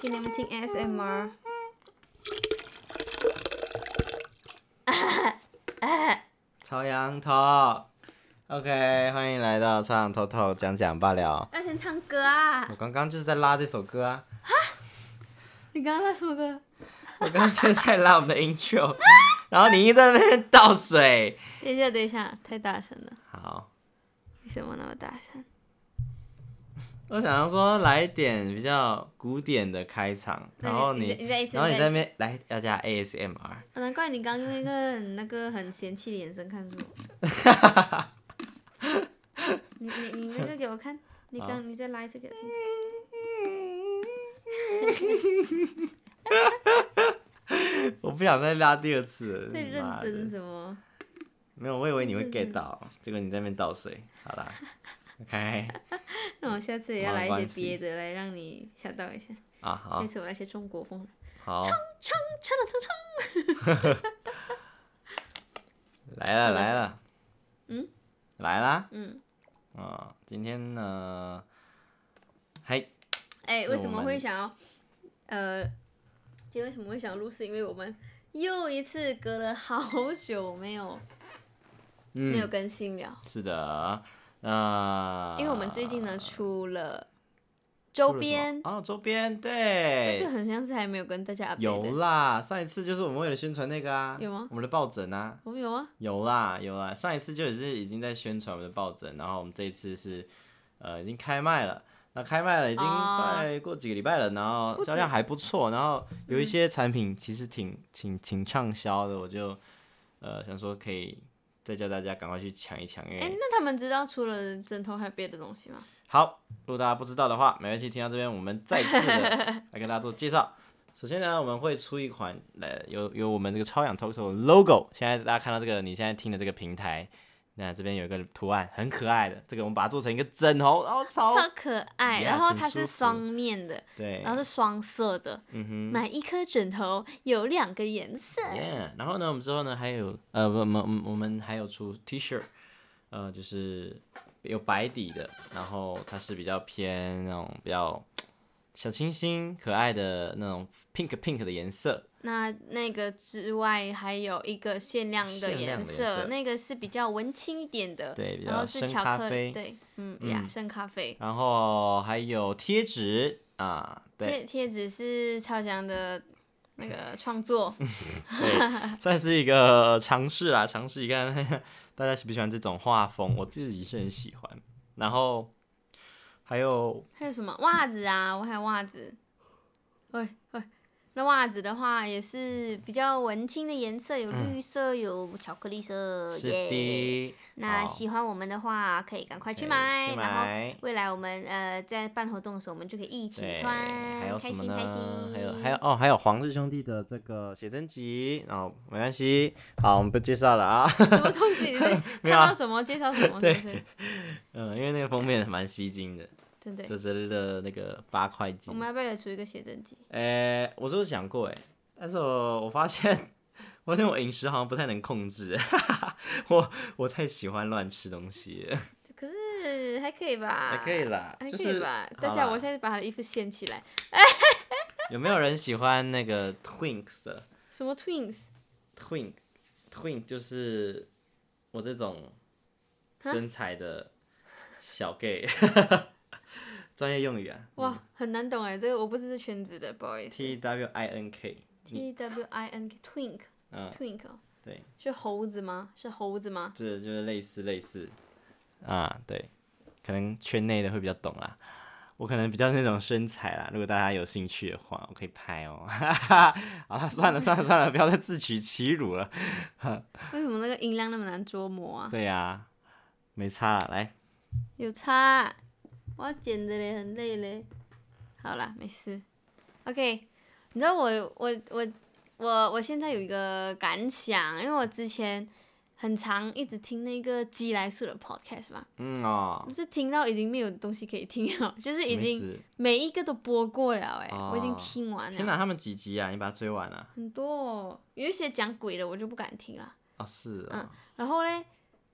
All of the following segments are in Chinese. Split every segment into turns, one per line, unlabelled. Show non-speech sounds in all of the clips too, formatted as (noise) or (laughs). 请你们听 ASMR。
朝阳头，OK，欢迎来到朝阳头头讲讲罢了。
要先唱歌啊！
我刚刚就是在拉这首歌啊，
你刚刚在说歌，
我刚刚就是在拉我们的 intro，然后你一直在那边倒水。
等一下，等一下，太大声了，
好，
为什么那么大声？
我想要说来一点比较古典的开场，
那
然后
你你再
你，
你再一次，
然后你
再
在
一
那
次
边来要加
(laughs)
ASMR，
哦难怪你刚用一个很那个很嫌弃的眼神看着我。你你你那个给我看，你
好
刚你再拉一次给我听。
(laughs) 我不想再拉第二次了。
最认
妈的
真什么？
没有，我以为你会
认
get
真
到，结果你在那边倒水。好
(laughs)
啦，OK，
那我下次也要
没
来一
关
些
系
别的来让你吓到一下。
啊好
下次我来些中国风，
好，
唱了唱唱。
来了
我的
来了，
嗯，
来啦，
嗯，
啊，今天呢，嘿，
哎，
是
为
我
什么
们
会想要？呃，今天为什么会想录？是因为我们又一次隔了好久没有、没有
嗯，
更新了，
是的，呃，
因为我们最近呢出了
出
周
了什么
边，
哦，周边
这
对
个，很像是还没有跟大家 update 的
有啦，上一次就是我们为了宣传那个啊，
有吗
我们的抱枕啊，
我们有啊，
有啦有啦，上一次就也是已经在宣传我们的抱枕，然后我们这一次是呃已经开卖了。那开卖了，已经
啊
快过几个礼拜了，然后
不
销
止
量还不错，然后有一些产品其实挺挺挺畅销的，我就呃想说可以再叫大家赶快去抢一抢，因
哎，
为
那他们知道除了枕头还有别的东西吗？
好，如果大家不知道的话，没关系，听到这边我们再次的来跟大家做介绍。首先呢，我们会出一款呃有有我们这个超氧 Toto 的 logo，现在大家看到这个你现在听的这个平台，那这边有一个图案很可爱的，这个我们把它做成一个枕头，然后超
超可爱
哦 Yes，
然后
很
它
舒
是
服
双面的，
对，
(laughs) 然后是双色的，
嗯
买一颗枕头有两个颜色，
Yeah，然后呢，我们之后呢还有呃，我们我们我们还有出 T 恤，呃，就是有白底的，然后它是比较偏那种比较小清新、可爱的那种 pink pink 的颜色。
那那个之外，还有一个限量的
限量
颜
的
色，
颜色
那个是比较文青一点的，
对比
然
较
后是
深
巧
咖
克力，
啡
对，嗯呀，深咖啡。
然后还有贴纸啊，对
贴贴纸是超强的那个创作，
对，算是一个尝试啦，尝试一看大家喜不喜欢这种画风，我自己是很喜欢。然后还有
还有什么袜子啊？我还有袜子，喂喂，那袜子的话也是比较文青的颜色，有绿色，有巧克力色，
嗯是
哦耶、
的，
那
好
喜欢我们的话，可以赶快去
可以
买，
去
然后
买
未来我们呃在办活动的时候，我们就可以一起
对，
穿，
还有
开
什么
心
呢
开心。？
还有
(laughs)
还有哦，还有黄氏兄弟的这个写真集，然、后没关系，好，我们不介绍了啊。 (laughs)
什么东西？你在
没
看
有啊
到什么介绍什
(laughs)
么，是不是？
嗯，因为那个封面蛮吸睛的，
对对，
就是的那个八块肌
我。们要不要也出一个写真集？
诶、我是有想过诶，但是我我发现，我发现我饮食好像不太能控制，我我太喜欢乱吃东西了，
可是还可以吧，
还可以，啦，
啊还
就
可以
是
吧。
好
大家，
啦
我现在把他的衣服掀起来。
有没有人喜欢那个 Twinks 的？
什么 twins？
twin twin 就是我这种身材的小 gay，专业用语啊
哇，很难懂哎，这个我不是这圈子的，不好意思。
，T W I N K，
T W I N K twink
嗯，
twink 哦
对，
是猴子吗？是猴子吗？
这就是类似类似啊，对，可能圈内的会比较懂啦。我可能比较那种身材啦，如果大家有兴趣的话，我可以拍哦。 (laughs) 好了，算了算了算了，不要再自取其辱了。
为什么那个音量那么难捉摸啊？
对呀、没差啦来，
有差啊、我要剪的嘞，很累嘞。好啦，没事。OK，你知道我我我我我现在有一个感想，因为我之前很常一直听那个鸡来素的 podcast 嘛，
嗯哦
我，就听到已经没有东西可以听了，就是已
什么意
经
思
每一个都播过了哎、
哦
我已经听完
天
了，
哪，他们几集啊？你把它追完了、啊？
很多、哦，有一些讲鬼的我就不敢听了。
哦，是
嗯
哦，
然后嘞，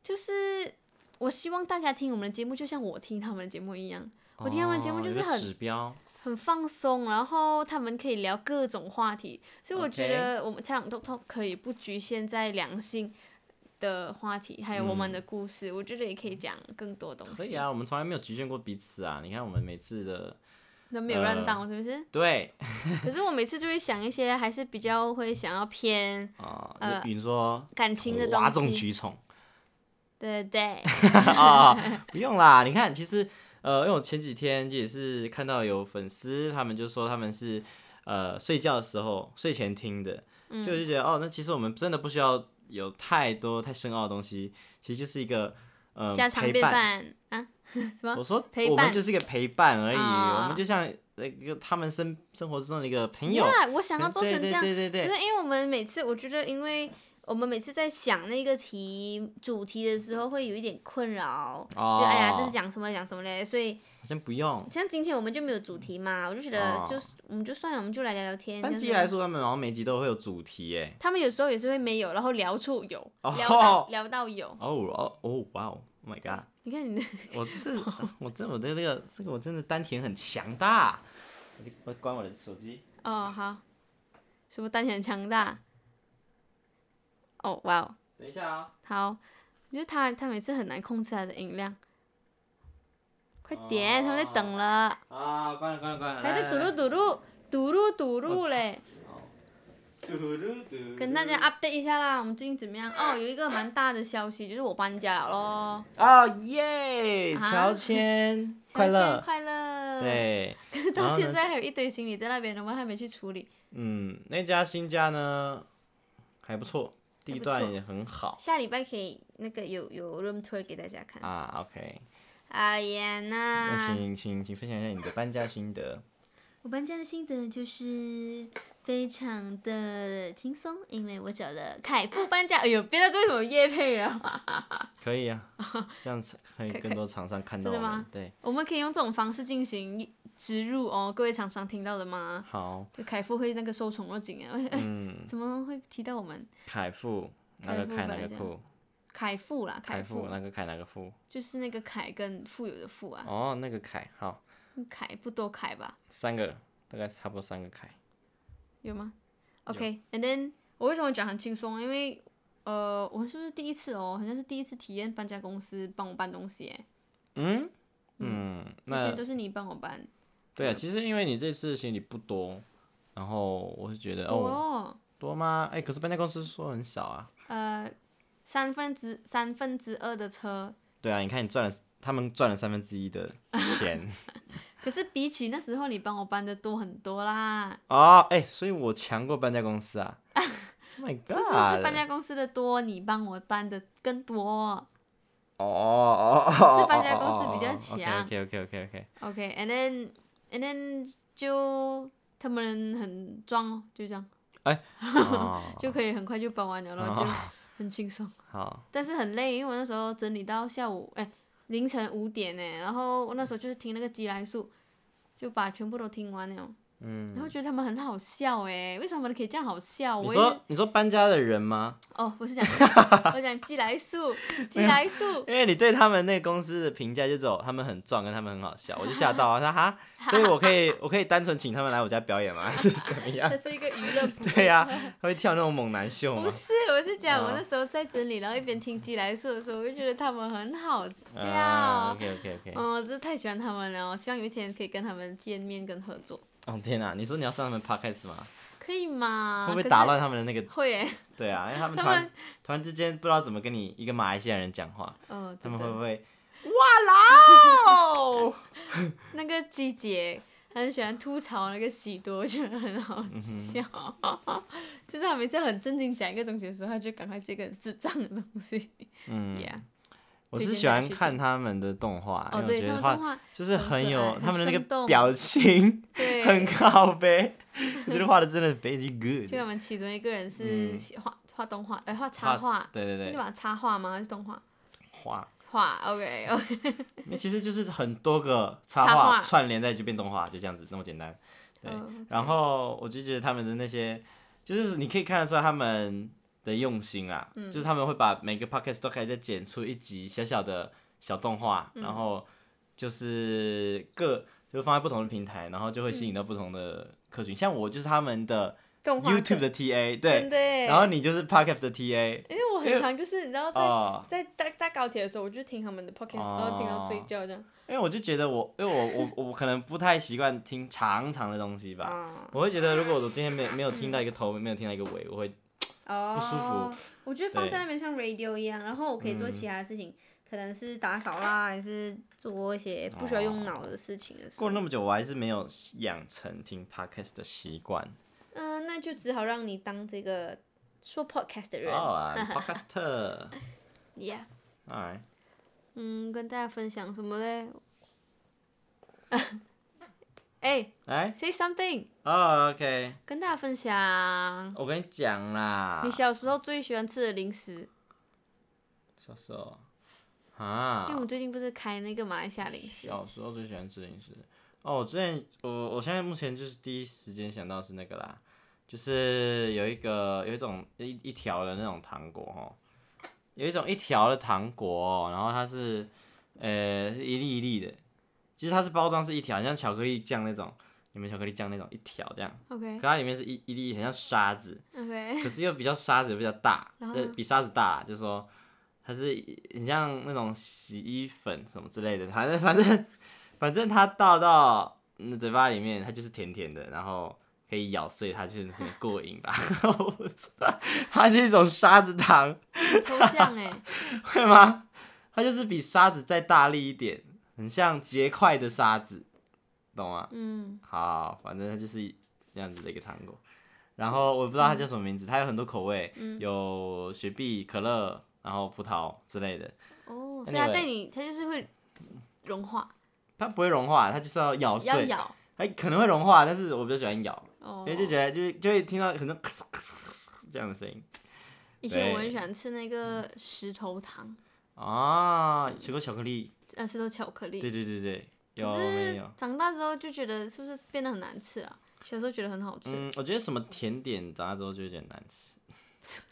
就是我希望大家听我们的节目，就像我听他们的节目一样。我听他们节目
哦
就
有
是
个
很
指标，
很放松，然后他们可以聊各种话题，所以我觉
OK
得我们超想 t a 可以不局限在良性的话题，还有我们的故事，我觉得也可以讲更多东西。
可以啊，我们从来没有局限过彼此啊。你看我们每次的
都没有
呃
乱到，是不是？
对
可是我每次就会想一些，还是比较会想要偏
啊，
呃
比如说
感情的
哗
东
众
西，
取宠
对对，
啊，不用啦。你看，其实呃，因为我前几天也是看到有粉丝，他们就说他们是呃睡觉的时候睡前听的，就我就觉得哦，那其实我们真的不需要有太多太深奥的东西，其实就是一个呃
家常
陪
便
伴
饭啊，什么
我说
陪
我们
伴
就是一个陪伴而已，
啊
我们就像那个他们生生活中的一个朋友，
呀，我想要
嗯
做成这样，
对对对
就
对
是因为我们每次，我觉得因为我们每次在想那个题主题的时候，会有一点困扰，
对，哦
就哎呀，这是讲什么讲什么嘞？所以
好像不用。
像今天我们就没有主题嘛，我就觉得
哦
就是、我们就算了，我们就来聊聊天。
单
这
机
样
来
子
说，他们好像每集都会有主题诶。
他们有时候也是会没有，然后聊出有，
哦
聊
(laughs)
到聊到有。
哦哦哦，哇哦，Oh my god！
你看你的，
我这我这我对这个这个我真的丹田很强大。我就我关我的手机。
哦好，什么单很强大？哦哇哦，
等一下啊、
好，就是他他每次很难控制他的音量。快点，他们在等了。
啊，关了关了关了。
还在
来
嘟噜嘟噜嘟噜嘟噜嘞，
嘟噜嘟噜
跟大家 update 一下啦，我们最近怎么样？哦，有一个蛮大的消息，就是我搬家了咯，
哦耶！
啊
乔迁
乔
快
迁
乐，
快乐！，
对。
(laughs) 到
然后呢
现在还有一堆行李在那边，我们还没去处理。
嗯，那家新家呢还不错，
还
地
不
段
错
也很好
下礼拜可以那个有有 room tour 给大家看。
啊。OK，
哎呀，
那
那
请请请分享一下你的搬家心得。
我搬家的心得就是非常的轻松，因为我找了凯富搬家。哎呦，别再为什么叶配了，
可以
(laughs)
啊，这样子可以
可
更多厂商看到
真
我
的
们
吗。 (laughs)
对，
我们可以用这种方式进行植入哦，各位厂商听到了吗？
好，
就凯富会那个受宠若惊啊！哎
嗯，
(laughs) 怎么会提到我们
凯富那
凯
个
富
凯哪
搬
个
家
富？
凯富啦？
凯啊
富
富那个凯哪个富？
就是那个凯跟富有的富啊，
哦，那个凯，好，
凯不多凯吧？
三个，大概差不多三个凯。
有吗？OK，and、then 我为什么讲很轻松？因为呃，我是不是第一次哦？好像是第一次体验搬家公司帮我搬东西耶，
嗯嗯，
之
那
前都是你帮我搬，
对啊，其实因为你这次行李不多，然后我是觉得
多
哦
哦，
多吗？哎，可是搬家公司说很少啊。
呃，三分之三分之二的车，
对啊，你看你赚了，他们赚了三分之一的钱
可是比起那时候你帮我搬的多很多啦。
哦，哎、所以我强过搬家公司啊 Oh！My
不
God！
是，是搬家公司的多，你帮我搬的更多。
哦哦哦哦，
是搬家公司比较强
OK OK OK OK，
OK，and then and then 就他们很壮哦，就这样、
哦、
就可以很快就搬完了咯，然
啊
后就很轻松，
好，
但是很累，因为我那时候整理到下午，哎，凌晨五点呢，然后我那时候就是听那个鸡来树，就把全部都听完了，
嗯，
然后觉得他们很好笑哎，为什么他们可以这样好笑？
你
我也是
说你说搬家的人吗？
哦，不是讲 (laughs) 我讲鸡来树，鸡来树，
因为你对他们那个公司的评价就只有他们很壮，跟他们很好笑，我就吓到啊，我说哈，所以我可以我可以单纯请他们来我家表演吗？ (laughs) 还是怎么样
这？是一个娱乐服务。
(laughs) 对呀、他会跳那种猛男秀吗
不？是，我是讲我
啊
那时候在整理，然后一边听鸡来说的时候，我就觉得他们很好笑。
啊，OK OK OK，
嗯，我真的太喜欢他们了，我希望有一天可以跟他们见面跟合作，
哦天哪、你说你要上他们 podcast 吗？
可以吗？啊
会不
可
会
是
打？乱他们的那个？
会耶，
对啊，因为他们
他
突然突然之间不知道怎么跟你一个马来西亚人讲话，
哦，
他
真
们会
的。
不会？哇啦！
那个季姐很喜欢吐槽那个喜多，我觉得很好
嗯
笑。 (laughs) 就是他每次很正经讲一个东西的时候，他就赶哎快接个很智障的东西。
嗯，
Yeah，
我是喜欢看他们的动画，
哦，
因为我
对
觉
他
得
们动
画
画，
就是很有
很可爱
他们的那
很生
个
动
表情 (laughs)
对，
很靠背， (laughs) 我觉得画的真的 very
就
good。
我们其中一个人是
嗯
喜画画动画，哎，画插画，
对对
那就
对，
把插画吗？还是动画？
画，
画，OK
(laughs)
OK，
因为其实就是很多个插
插
画
画
串联在一起变动画，就这样子那么简单。对
嗯
然后我就觉得他们的那些，就是你可以看得出来他们的用心啊，就是他们会把每个 podcast 都可以再剪出一集小小的小动画，然后就是各就放在不同的平台，然后就会吸引到不同的客群。像我就是他们的
动画
YouTube 的 TA，对，
对，
然后你就是 Podcast 的 TA
因为我
因为
很常就是你知道在、
哦。
在搭搭高铁的时候，我就听他们的 podcast，、
哦
然后听到睡觉这样。
因为我就觉得我，因为我我我可能不太习惯听长长的东西吧，
啊，
我会觉得如果我今天没有没有听到一个头，没有听到一个尾，我会
嗯
哦，
不舒服。嗯
我觉得放在那边像 radio 一样，然后我可以做其他事情，可能是打扫啦，还是做一些不需要用脑的事情的时候。
过了那么久，我还是没有养成听 podcast 的习惯。
嗯、那就只好让你当这个说 podcast 的人。
(laughs)
哦啊，podcaster，
Yeah，
哎，
嗯，跟大家分享什么嘞？ (laughs) 哎、
哎
s a y something，
哦，OK，
跟大家分享
我跟你讲啦
你，小时候最喜欢吃的零食，
小时候
因
啊
为我，们最近不是开那个马来西亚零食，
小时候哦最喜欢吃零食。哦，我之前我我现在目前就是第一时间想到是那个啦，就是有一个有一种一一条的那种糖果哦，有一种一条的糖果、哦，然后它是呃是一粒一粒的，就是它是包装是一条，很像巧克力酱那种，你们巧克力酱那种一条这样，可
OK
它里面是一一粒，很像沙子，
OK，
可是又比较沙子比较大，
(laughs) 然后
呃，比沙子大啦，就是说它是很像那种洗衣粉什么之类的，反正反正反正它倒到你的嘴巴里面，它就是甜甜的，然后可以咬碎它，就是很过瘾吧。 (laughs) 我不知道，它是一种沙子糖，
很抽象哎、
会吗？它就是比沙子再大力一点，很像结块的沙子，懂吗？
嗯，
好，反正它就是这样子的一个糖果。然后我不知道它叫什么名字，它有很多口味，
嗯
有雪碧、可乐，然后葡萄之类的。
哦，所以它
Anyway
在你，它就是会融化，
它不会融化，它就是要咬
要
碎，
咬
它可能会融化，但是我比较喜欢咬，
哦
哦因。为就觉得就是就会听到很多 (laughs) 这样的声音
以前我
对
很喜欢吃那个石头糖，
啊，水果巧克力，
呃，石头巧克力。
对对对对，有
可
没
是
有？
长大之后就觉得是不是变得很难吃啊？小时候觉得很好吃，
嗯，我觉得什么甜点长大之后就有点难
(laughs)
吃， (laughs)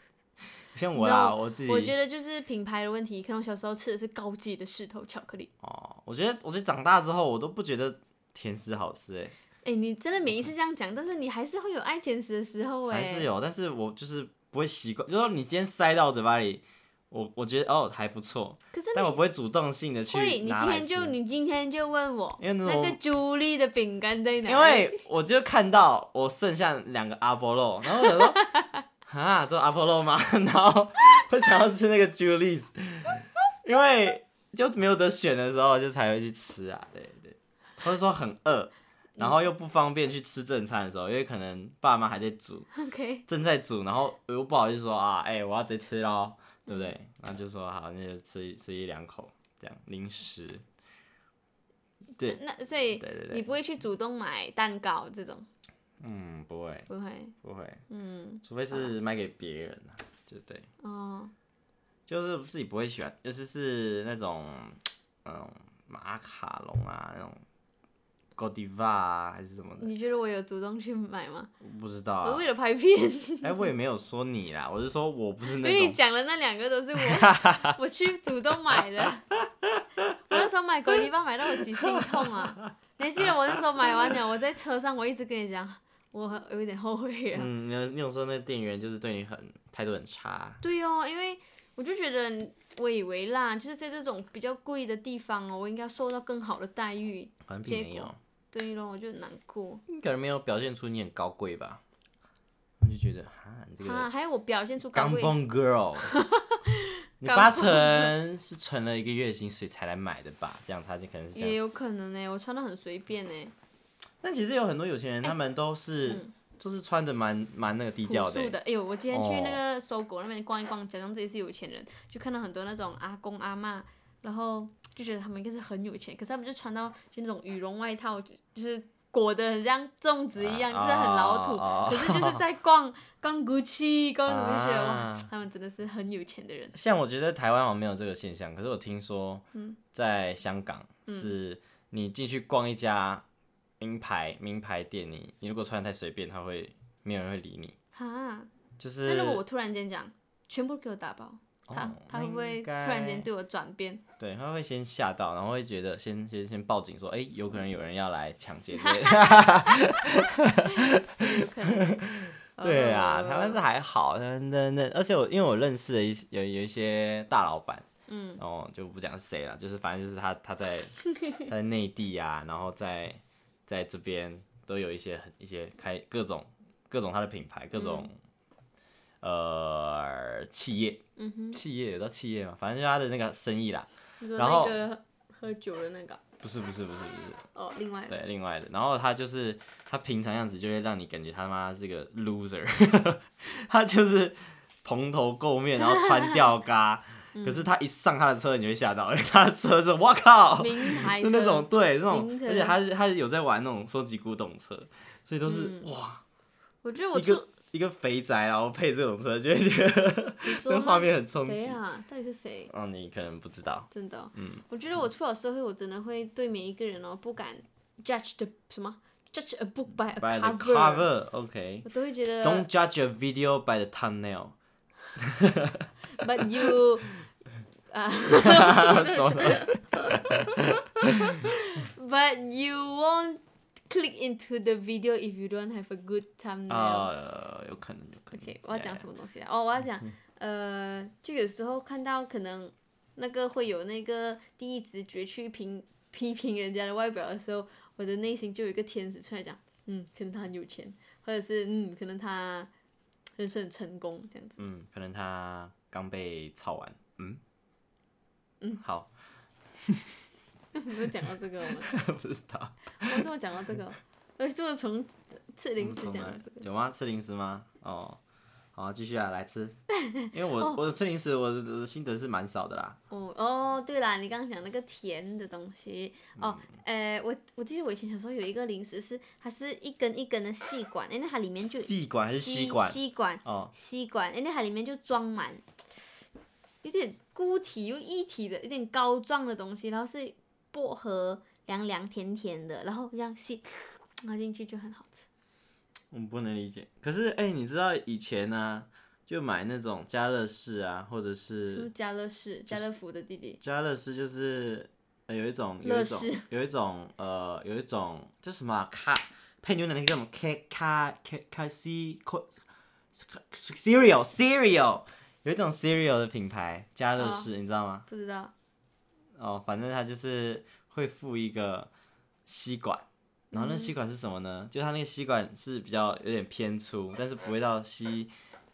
像我啦
No，
我自己，
我觉得就是品牌的问题。可能我小时候吃的是高级的石头巧克力。
哦，我觉得我觉得长大之后我都不觉得甜食好吃哎、
哎、你真的每一次这样讲，但是你还是会有爱甜食的时候哎、
还是有，但是我就是不会习惯，就说你今天塞到我嘴巴里，我我觉得哦还不错，
可是
但我
你
不会主动性的去
会，你
拿
今
来
天
吃
就你今天就问我
因为那
那
种
个朱莉的饼干在哪里？
因为我就看到我剩下两个阿波肉，然后我想
(laughs)
说啊，这有阿波肉吗？ (laughs) 然后我想要吃那个 Julie's，因为就没有得选的时候就才会去吃啊，对对，或者说很饿，然后又不方便去吃正餐的时候，因为可能爸妈还在煮，
(laughs) OK，
正在煮，然后我又不好意思说啊，哎、我要直接吃咯，对不对？然后就说好，那就吃一吃一两口这样零食，对
那所以
对对
你
对，
不会去主动买蛋糕这种，
嗯，不会
不会，
不会。
嗯，
除非是卖给别人啊，就对，
哦，
就是自己不会喜欢，就是是那种嗯马卡龙啊那种 g o d i v a 啊还是什么的，
你觉得我有主动去买吗？
不知道
我
啊
为。了拍
(laughs)
片，
哎、我也没有说你啦，我是说我不是
因
那
为你
种
讲的那两个都是
(laughs)
我我去主动买的，我那时候买狗泥巴买到我几心痛啊！你还记得我那时候买完了，我在车上我一直跟你讲，我有一点后悔了。
嗯，你有你有说那个店员就是对你很态度很差，
对哦，因为我就觉得我以为啦，就是在这种比较贵的地方哦，我应该受到更好的待遇。
好像并没
结
有
果，对咯，我就难过
你可能没有表现出你很高贵吧，我就觉得啊，你这个
啊！还有我表现出高
钢
贵，
蹦
(laughs)
girl，你
钢
八
蹦
成是存了一个月薪水才来买的吧？这样他就可能是这样
也有可能呢、我穿的很随便呢、
但其实有很多有钱
哎
人，他们都是、就是穿的蛮蛮那个低调
嗯朴
的
素
欸、
的。哎呦，我今天去
哦
那个搜狗那边逛一逛，假装自己是有钱人，就看到很多那种阿公阿嬷，然后就觉得他们应该是很有钱，可是他们就穿到就那种羽绒外套，就就是裹得很像粽子一样，
啊
就是很老土。
哦
可是就是
(laughs)
在逛逛 Gucci，逛什么就觉得、
啊
哇，他们真的是很有钱的人。
像我觉得台湾好像没有这个现象，可是我听说，
嗯
在香港是你进去逛一家名牌名牌店，你你如果穿的太随便，他会没有人会理你，
哈，
就
那
是
如果我突然间讲，全部给我打包，他
哦
他会不会
应
突
该
然间对我转变？
对，他会先吓到，然后会觉得先先先报警说，哎、有可能有人要来抢劫之
(laughs)
类的。
有可能
对啊，台湾
哦
是还好，那那那，而且我因为我认识了一些有有一些大老板，
嗯，
然后就不讲是谁了，就是反正就是他他在
(laughs)
他在内地啊，然后在在这边都有一些很一些开各种各种他的品牌，各种、呃企业，
嗯哼，
企业有到企业嘛，反正就是他的那个生意啦，
你说
然后
那个喝酒的那个
不是不是不是不是。
哦，另 (laughs) 外
对，另外的，然后他就是他平常样子就会让你感觉他妈是个 loser，他就是蓬头垢面，然后穿吊
(laughs)
嘎，可
嗯
是他一上他的车，你就会吓到，因为他的车是我靠，
名牌
就那
车
种对那种
名，车
而且他是他是有在玩那种收集古董车，所以都是、
嗯
哇
我觉得我
一个
出
一个肥宅，然后配这种车，就会觉得
你
那
说
个画
那
面很冲
谁
击。
啊？到底是谁？
哦，你可能不知道，
真的哦、
嗯
我觉得我出了社会，我真的会对每一个人哦，不敢 judge the 什么 judge a book by a
by the
cover，, (laughs)
cover，OK，Don't、
我都会觉得
judge a video by the
(laughs)
thumbnail， (laughs)
but you
什么
but you won't click into the video if you don't have a good thumbnail、
啊、有可能，有可能。
OK，我要讲
么？
什么东西啊？哦，我要讲，呃，就有时候看到可能那个会有那个第一直觉去评批评人家的外表的时候，我的内心就有一个天使出来讲，嗯，可能他很有钱，或者是嗯，可能他人生很成功这样子。 (laughs)
嗯，可能他刚被操完。嗯，嗯，好， (laughs)
不是讲到这个我们，
不知道。
我们都有讲到这个，呃，就是从赤
我
零
们
食
从
讲
哪
到这个。
有吗？吃零食吗？哦，好，继续啊，
(laughs)
来吃。因为我、我吃零食，我的我的心得是蛮少的啦。
哦哦，对啦，你刚刚讲那个甜的东西哦，
嗯
呃，我我记得我以前小时候有一个零食是，它是一根一根的细管，诶，那它里面就
细管还是吸管？
吸管，
哦，
吸管，诶，那它里面就装满，有点固体又液体的，有点膏状的东西，然后是薄荷，凉凉甜甜的，然后这样吸，然后进去就很好吃。
我不能理解。可是哎、你知道以前呢、啊就买那种加乐士啊，或者
什么
是
家乐氏，家乐福的弟弟，
加乐士，就是、呃、有一种有
乐
一种
事
有一种呃有一种叫什么啊咖、配牛奶那个叫什么 K 咖 K 咖西 cereal cereal 有一种 cereal 的品牌加乐
哦
士，你知道吗？
不知道，
哦，反正它就是会附一个吸管，然后那
嗯
吸管是什么呢？就它那个吸管是比较有点偏粗，但是不会到吸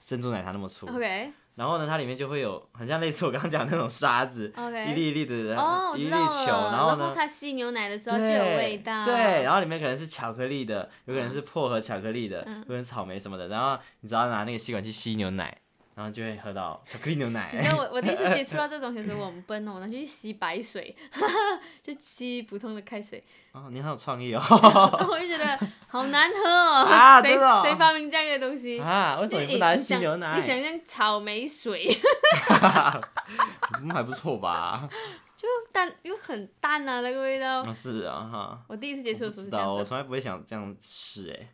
珍珠奶茶那么粗。
OK
然后呢，它里面就会有很像类似我刚刚讲的那种沙子
OK，
一粒一粒的，
哦，我
一
知
粒
道
球，
了。
然后呢，
它吸牛奶的时候就
对
有味道。
对，
(laughs)
然后里面可能是巧克力的，有可能是薄荷巧克力的，
嗯
有可能是草莓什么的。然后你只要拿那个吸管去吸牛奶，然后就会喝到巧克力牛
你 (laughs)
奶
知。道我我第一次接触到这种东西的时候，我很笨哦，我拿去吸白水， (laughs) 就吸普通的开水，
哦，你很有创意哦！
然后我就觉得好难喝哦，
(laughs) 啊
谁
真的哦
谁发明这样的东
(laughs)
西？
啊，为什
就
么
是
你不
你
拿去吸
想
牛奶
你？想象草莓水， (laughs)
嗯，还不错吧？
就淡又很淡啊，那个味道。
啊是啊哈，
我第一次接触
我
的
不
时候
知
是这
道，
样
我
子，
从来不会想这样试哎、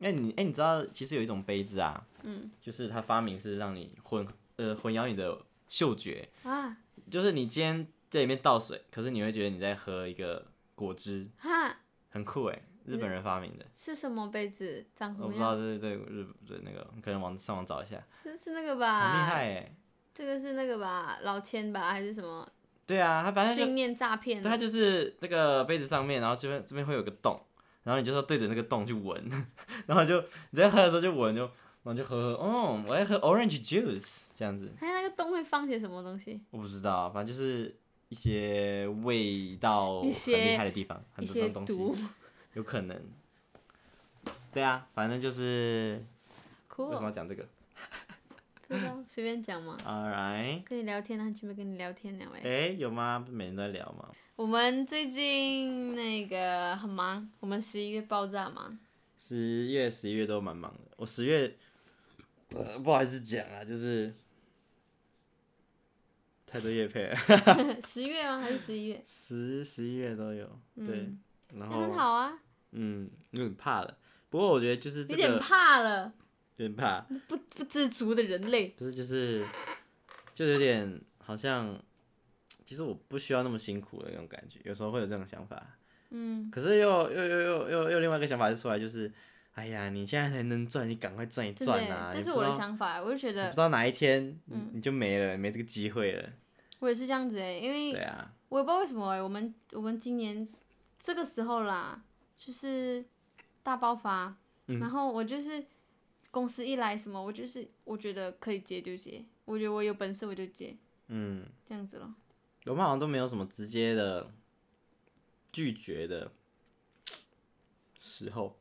哎你哎、你知道其实有一种杯子啊，
嗯，
就是它发明是让你混呃混淆你的嗅觉，
啊
就是你今天在里面倒水，可是你会觉得你在喝一个果汁，
哈，
很酷哎，日本人发明的，
是什么杯子？长什
我不
么
知道，
样？
对对对，日对那个，你可能网上网找一下，
是是那个
很
吧？
厉害哎。
这个是那个吧，老千吧，还是什么
对啊，他反正就
信念诈骗
对，？他就是那个杯子上面，然后这边这边会有个洞，然后你就说对准那个洞去闻， (laughs) 然后就你在喝的时候就闻就。然后就喝喝，哦，我在喝 orange juice 这样子，
还有那个洞会放些什么东西？
我不知道，啊反正就是一些味道
一
很
些
厉害的地方，很
一
多
些
种东西， (laughs)
毒。
有可能。对啊，反正就是为什么
cool，
要讲这个
不知道随便讲嘛。
？All right。
跟你聊天啊，很久没跟你聊天了哎。
哎、有吗？不是每天都在聊吗？
我们最近那个很忙，我们十一月爆炸忙。
十月、十一月都蛮忙的。我十月、呃不好意思讲啊，就是太多月配了，
(laughs)
(laughs)
十月吗？还是十一月？
十十一月都有。对，
嗯那
然
很
后
好啊，
嗯，有点怕了。不过我觉得就是这
有
个
点怕了，
有点怕，
不不知足的人类。
不是就是就有点好像，其实我不需要那么辛苦的那种感觉，有时候会有这种想法。嗯，可是又又又又又又另外一个想法就出来，就是，哎呀，你现在还能赚，你赶快赚一
对
赚啊！
这
你
是
不
我的
知道
想法，嗯我就觉
你不
得
知道哪一天你你就没了，没这个机会了。
我也是这样子哎、因为
对啊，
我也不知道为什么哎、我们我们今年这个时候啦，就是大爆发，
嗯
然后我就是公司一来什么，我就是我觉得可以接就接，我觉得我有本事我就接，
嗯，
这样子咯。
我们好像都没有什么直接的拒绝的时候。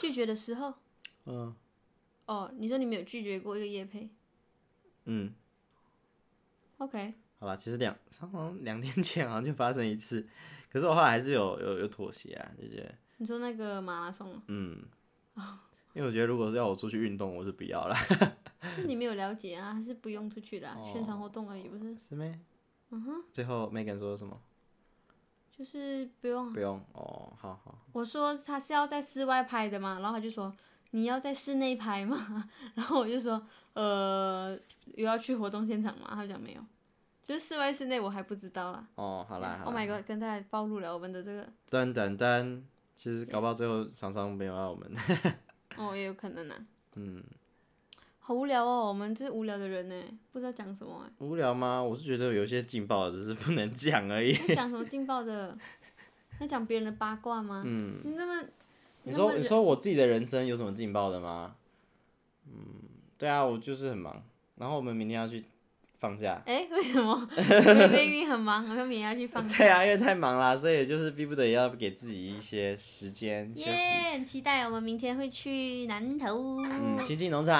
拒绝的时候，
嗯
哦，你说你没有拒绝过一个夜配
嗯，
，OK，
好了，其实两好像两天前好像就发生一次，可是我后来还是有有有妥协啊，就觉得
你说那个马拉松啊，
嗯，因为我觉得如果是要我出去运动，我是不要了，
这你没有了解啊，还是不用出去的
哦
啊、宣传活动而已，不是，
是没？嗯哼。最后 Megan 说什么？
就是不用啊
不用哦，好好。
我说他是要在室外拍的嘛，然后他就说你要在室内拍嘛， (laughs) 然后我就说呃有要去活动现场吗？他就讲没有，就是室外室内我还不知道啦。
哦，好啦，好
Oh
啦。
my god，跟大家暴露了我们的这个，
噔噔噔，其实搞不好最后厂商没有要我们。
哦也有可能
(laughs)
啊。嗯。好无聊哦，我们这无聊的人呢，不知道讲什么啊
无聊吗？我是觉得有一些劲爆的，只是不能讲而已。
哎，要讲什么劲爆的？ (laughs) 要讲别人的八卦吗？嗯。你那么，那
你
么
说，你说我自己的人生有什么劲爆的吗？嗯，对啊，我就是很忙。然后我们明天要去放假。
哎，为什么？ (laughs) 明明很忙，好像也要去放假。
(laughs) 对啊，因为太忙啦，所以就是逼不得也要给自己一些时间休息。
耶很期待我们明天会去南头。
嗯，亲近农场。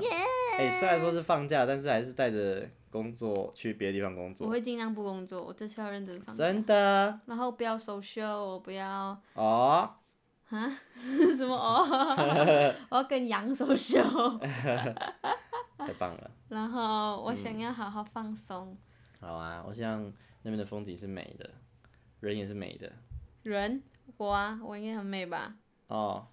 哎、虽然说是放假，但是还是带着工作去别的地方工
我
作。
会尽量不工作，我这次要认真放假。
真的
然后不要 social，我不
(laughs)
要
哦，
什
(laughs)
么哦，我要跟羊 social。
太棒了。
然后我想
嗯
要好好放松，
好啊，我想那边的风景是美的，人也是美的。
人我啊，我应该很美吧？
哦，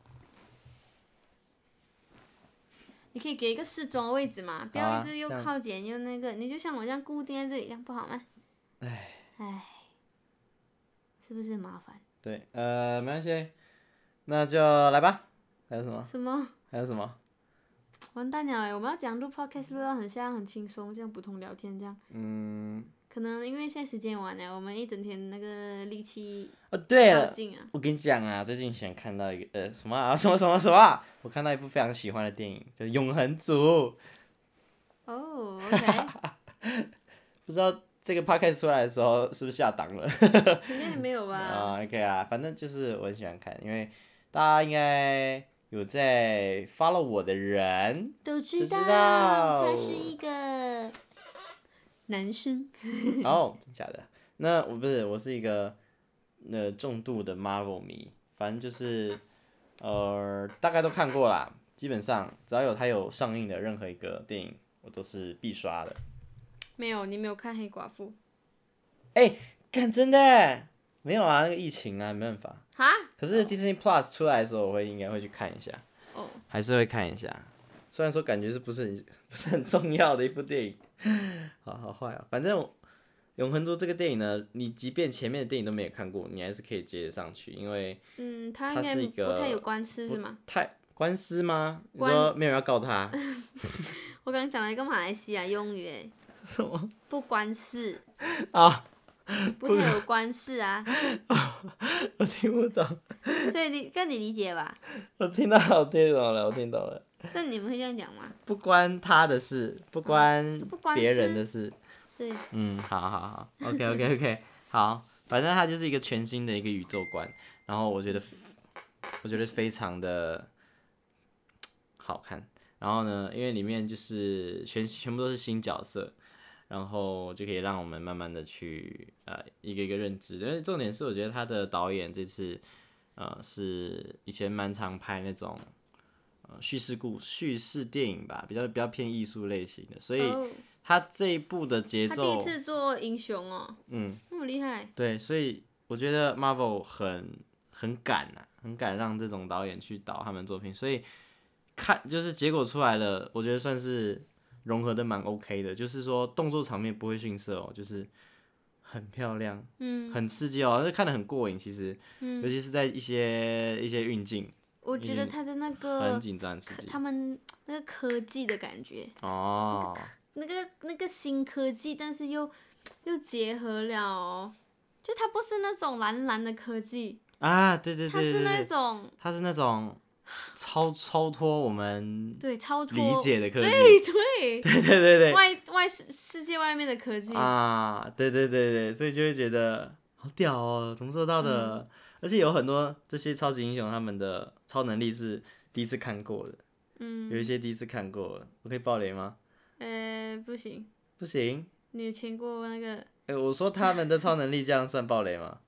你可以给一个适中的位置嘛，不
好
要
啊
一直又
这样
靠前又那个，你就像我这样固定在这里，这样不好吗？唉，唉，是不是很麻烦？
对，呃，没关系，那就来吧。还有什么？
什么？
还有什么？
完蛋了哎！我们要讲录 podcast 录到很像很轻松，这样普通聊天这样。
嗯，
可能因为现在时间晚了，我们一整天那个力气
哦，对
耗
了，
尽啊。
我跟你讲啊，最近想看到一个呃什么啊 (laughs) 什么什么什么啊、我看到一部非常喜欢的电影，叫《永恒族》。
哦、o k
不知道这个 podcast 出来的时候是不是下档了？
应该还没有
(laughs)
吧？
啊、o k 啊，反正就是我很喜欢看，因为大家应该有在 follow 我的人，
都知
都知道
他是一个男生。
哦，真假的？那我不是，我是一个呃重度的 Marvel 迷，反正就是呃大概都看过啦，基本上只要有它有上映的任何一个电影，我都是必刷的。
没有，你没有看黑寡妇
看真的欸，没有啊，那个疫情啊，没办法。
哈？
可是 Disney Plus 出来的时候，我会应该会去看一下，
哦，
还是会看一下。虽然说感觉是不是很 (laughs) 不是很重要的一部电影， (laughs) 好好坏啊，反正我《永恒族》这个电影呢，你即便前面的电影都没有看过，你还是可以接得上去，因为
嗯，他
他
应该
是一个
不太有官司是吗？
太官司吗？你
官
说没有人要告他
我刚刚讲了一个马来西亚用语欸，
什么？
不关事，
(laughs) 啊，
不太有官司啊，
我听不懂， (laughs)
所以你跟你理解吧？
我听到我听懂了，我听懂了，
那你们会这样讲吗？
不关他的事，不关
不关
别人
事
的事，
对，
嗯，好好好，OK OK OK，好，反正它就是一个全新的一个宇宙观，然后我觉得，我觉得非常的好看。然后呢，因为里面就是全全部都是新角色，然后就可以让我们慢慢的去呃一个一个认知。因为重点是，我觉得他的导演这次呃是以前蛮常拍那种呃叙事故叙事电影吧，比较比较偏艺术类型的，所以。
哦
他这一部的节
他第一
奏，
次做英雄哦，
嗯，
那么厉害，
对，所以我觉得 Marvel 很很敢啊，很敢让这种导演去导他们作品，所以看就是结果出来了，我觉得算是融合的蛮 OK 的，就是说动作场面不会逊色哦，就是很漂亮，
嗯，
很刺激哦，而且看得很过瘾。其实，
嗯
尤其是在一些一些运镜，
我觉得
嗯
他的那
很
个
紧张、很刺
科
激
他们那个科技的感觉，
哦。
那个那个新科技，但是又又结合了哦、就它不是那种蓝蓝的科技，
啊，对对
它是
对对
那
对，
种
它是那种超超脱我们
对超脱
理解的科技，
对对
(laughs) 对对对对
外外世世界外面的科技，
啊，对对对对，所以就会觉得好屌哦，怎么做到的？
嗯
而且有很多这些超级英雄他们的超能力是第一次看过的，
嗯，
有一些第一次看过的，我可以爆雷吗？
呃，不行，
不行，
你有签过那个？
哎、我说他们的超能力这样算爆雷吗？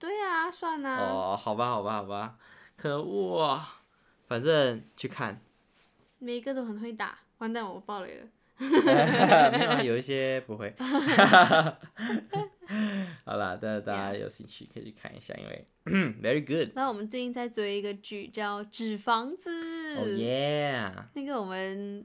对啊，算 (laughs) 啊，
哦，好吧，好吧，好吧，可恶、啊，反正
(laughs)
去看，
每一个都很会打，完蛋，我爆雷了。
没有啊，有一些不会。 (laughs) 好啦，但大
(laughs)
家有兴趣可以去看一下，因为 (clears throat) very good，
那我们最近在追一个剧叫《纸房子》
哦、oh、yeah，
那个我们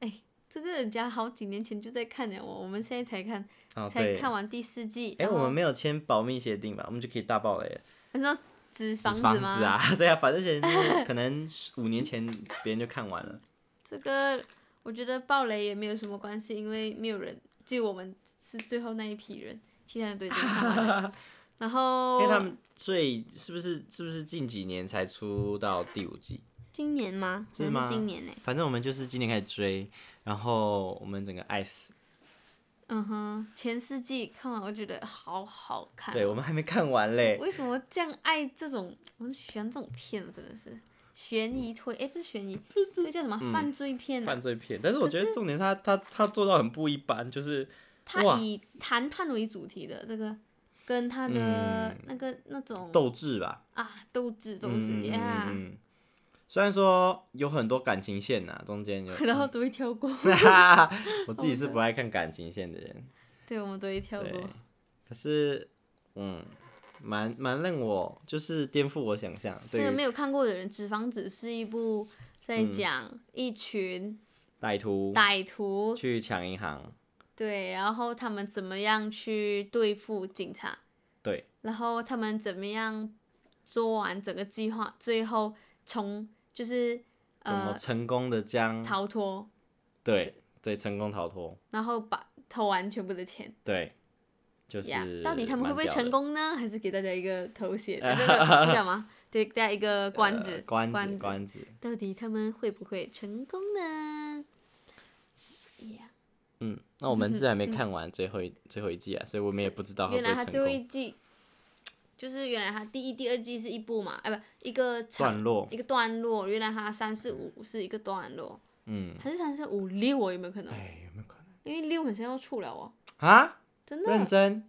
哎、这个人家好几年前就在看了，我我们现在才看，
哦
才
对，
看完第四季。
哎、
然
我
后
们没有签保密协定吧？我们就可以大爆雷了。
你说纸
纸
房
房
吗？
子啊， (laughs) 对啊，反正前
(laughs)
可能五年前别人就看完了。
这个我觉得暴雷也没有什么关系，因为没有人，就我们是最后那一批人，其他人都已经看完了。
(laughs)
然
因
后
为他们最是不是是不是近几年才出到第五季？
今年吗？可
是
能
吗
今年呢、
反正我们就是今年开始追，然后我们整个爱死。
嗯哼，前四季看完我觉得好好看。
对，我们还没看完嘞。
为什么这样爱这种？我很喜欢这种片，真的是悬疑推，哎、不是悬疑，这叫什么犯罪片、啊？
嗯犯罪片，但是我觉得重点是他他他做到很不一般，就是
它
哇
以谈判为主题的这个，跟他的
嗯
那个、那种
斗志吧，
啊斗智斗
嗯
智
嗯嗯
呀，
嗯嗯虽然说有很多感情线呐、中间有，
(laughs)
(laughs)
然后都会跳过，
我自己是不爱看感情线的人，
对，我们都会跳
对
过。，
可是嗯，蛮蛮让我就是颠覆我想象，
那
对嗯
个
于
没有看过的人，《纸房子》是一部在讲一群
歹徒
歹徒，
去抢银行，
对，然后他们怎么样去对付警察，
对，
然后他们怎么样做完整个计划，最后从就是
怎么
呃
成功的将、
逃脱，
对对成功逃脱，
然后把偷完全部的钱
对，就是
呀到底他们会
蛮
不会
屌的
成功呢？还是给大家一个
(laughs)
头衔，呃这个你知道吗？对，大家一个关子，
呃关
关
子关子，
到底他们会不会成功呢？呀
嗯，那我们是还没看完最后
(laughs)
一最后一季啊，所以我们也不知道会
原
不
来他
会
最
成
后
功。
一季，就是原来他第一、第二季是一部嘛，哎、不，一个长
段落，
一个段落。原来他三四五是一个段落，
嗯，
还是三四五六？我有没有可能？
哎，有没有可能
因为六很像要出了哦，
啊？
真
认
的
真？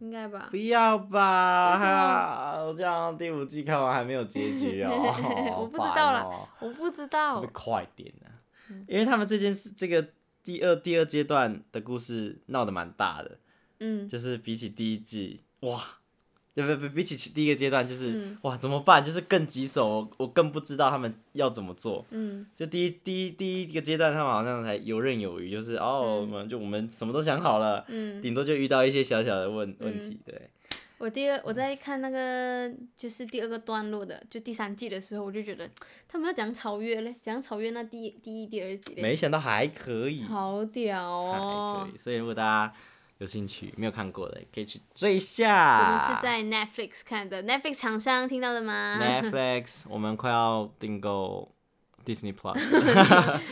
应该吧
不？要吧！
为什么
哈我 (laughs) 这样第五季看完还没有结局哦，
(laughs) 我不知道啦嗯
了，哦、
我不知
可不
道
可以，快点啊！因为他们这件事，这个第二第二阶段的故事闹得蛮大的，
嗯，
就是比起第一季，哇，对不不，比起第一个阶段，就是、
嗯
哇，怎么办？就是更棘手，我我更不知道他们要怎么做。
嗯，
就第一第一第一个阶段，他们好像才游刃有余，就是哦，我们就我们什么都想好了，
嗯，
顶多就遇到一些小小的问问题，对，
我第二我在看那个就是第二个段落的，就第三季的时候，我就觉得他们要怎样超越嘞？怎样超越那第一第一、第二季嘞？
没想到还
(laughs)
可以，
好屌哦！
还可以，所以如果大家有兴趣没有看过的，可以去追一
我
下。
们是在啊 Netflix 看的，Netflix 厂商听到的吗？ (laughs)
Netflix，我们快要订购 Disney
(laughs)
Plus，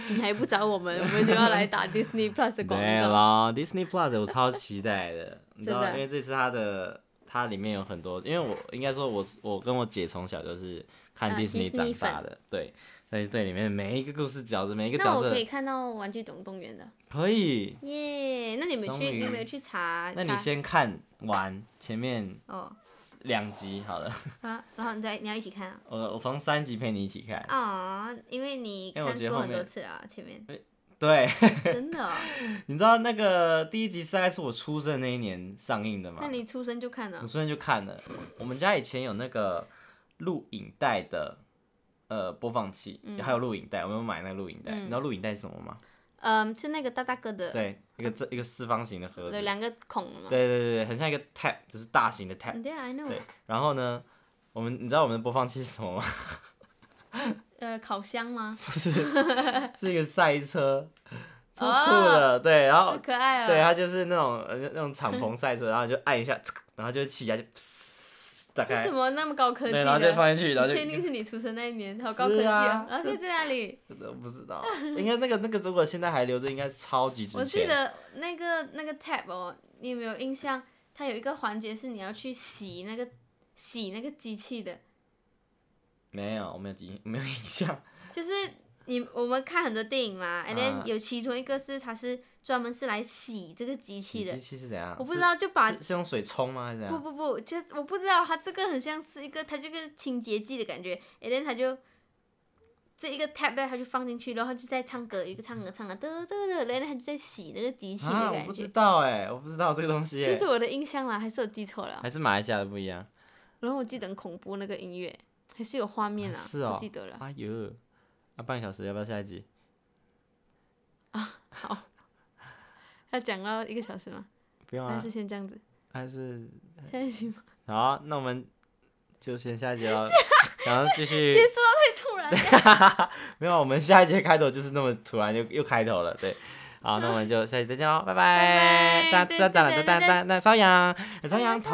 你还不找我们，我们就要来打 Disney Plus 的广
对
告。
了，Disney Plus 我超期待
(laughs)
的，你知道
真
吗，
的
因为这次它的它里面有很多，因为我应该说我我跟我姐从小就是看
啊
Disney
Disney
长大的，对，所以对里面每一个故事角色，每一个
那
角
我
色
可以看到《玩具总动员》的，
可以，
耶！那你们
终
去，
于
你有没有去查？
那你
查
先看完前面
哦
两集好了，
啊，然后你再你要一起看啊。
我我从三集陪你一起看，
啊、因为你
因
看
为我觉得
过
后
很多
面
次了，啊前面
对。
真
(laughs)
的哦、
你知道那个第一集是大概是我出生那一年上映的嘛？
那你出生就看了
我出生就看了。我们家以前有那个录影带的呃播放器，还有录影带，我们有买那个录影带。你知道录影带是什么吗？
嗯，是那个大大个的，
对，一个这一个四方形的盒子，
有
对
两个孔的嘛。
对对对，很像一个 tab，只是大型的 tab。
嗯对啊，I know
对。然后呢，我们你知道我们的播放器是什么吗？ (laughs)
呃，烤箱吗？
不
(laughs)
是，是一个赛车，超酷的。对，然后
哦好可爱
对，
哦。
它就是那种呃那种敞篷赛车，然后你就按一下，然后就会起来就嘶打
为
开
什，么那么高科技
对，然后就
的？
放进去，然后
你
就
确定是你出生那一年？好高科技
是
哦
啊！
然后现在在哪里？
我不知道，应该那个那个如果现在还留着，应该超级值
我记
钱。
得那个那个 tab 哦，你有没有印象？它有一个环节是你要去洗那个洗那个机器的，
没有，我没有印没有印象。
就是你我们看很多电影嘛，and then
嗯
有其中一个是它是专门是来洗这个机器
洗
的
机，器是怎样？
我不知道就把
是，是啊是用水冲吗？还是怎
不
样？
不不，就我不知道它这个很像是一个，它这个清洁剂的感觉，and then 它就这一个 tab 它就放进去，然后就在唱歌，一个唱歌唱歌，得得得，然后它就在洗那个机器的
啊，我
感
不
觉
知，道哎，我不知道这个东西
这
耶
是，我的印象啦，还是我记错了？哦
还是马来西亚的不一样。
然后我记得很恐怖那个音乐，还是有画面啦，
啊是哦
不记得了。
哎呦，那半个小时要不要下一集？
要讲到一个小时吗？
不用
还
啊呃
是，先这样子，
还是
下一集吗？
好啊，那我们就先下一集
(laughs)
了，然后继续
结束到太突然，
没有，我们下一节开头就是那么突然就又开头了，对。好，那我们就下期再见喽，拜拜
拜。拜
哒哒哒哒哒哒哒，朝阳，朝阳
朝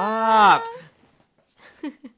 talk。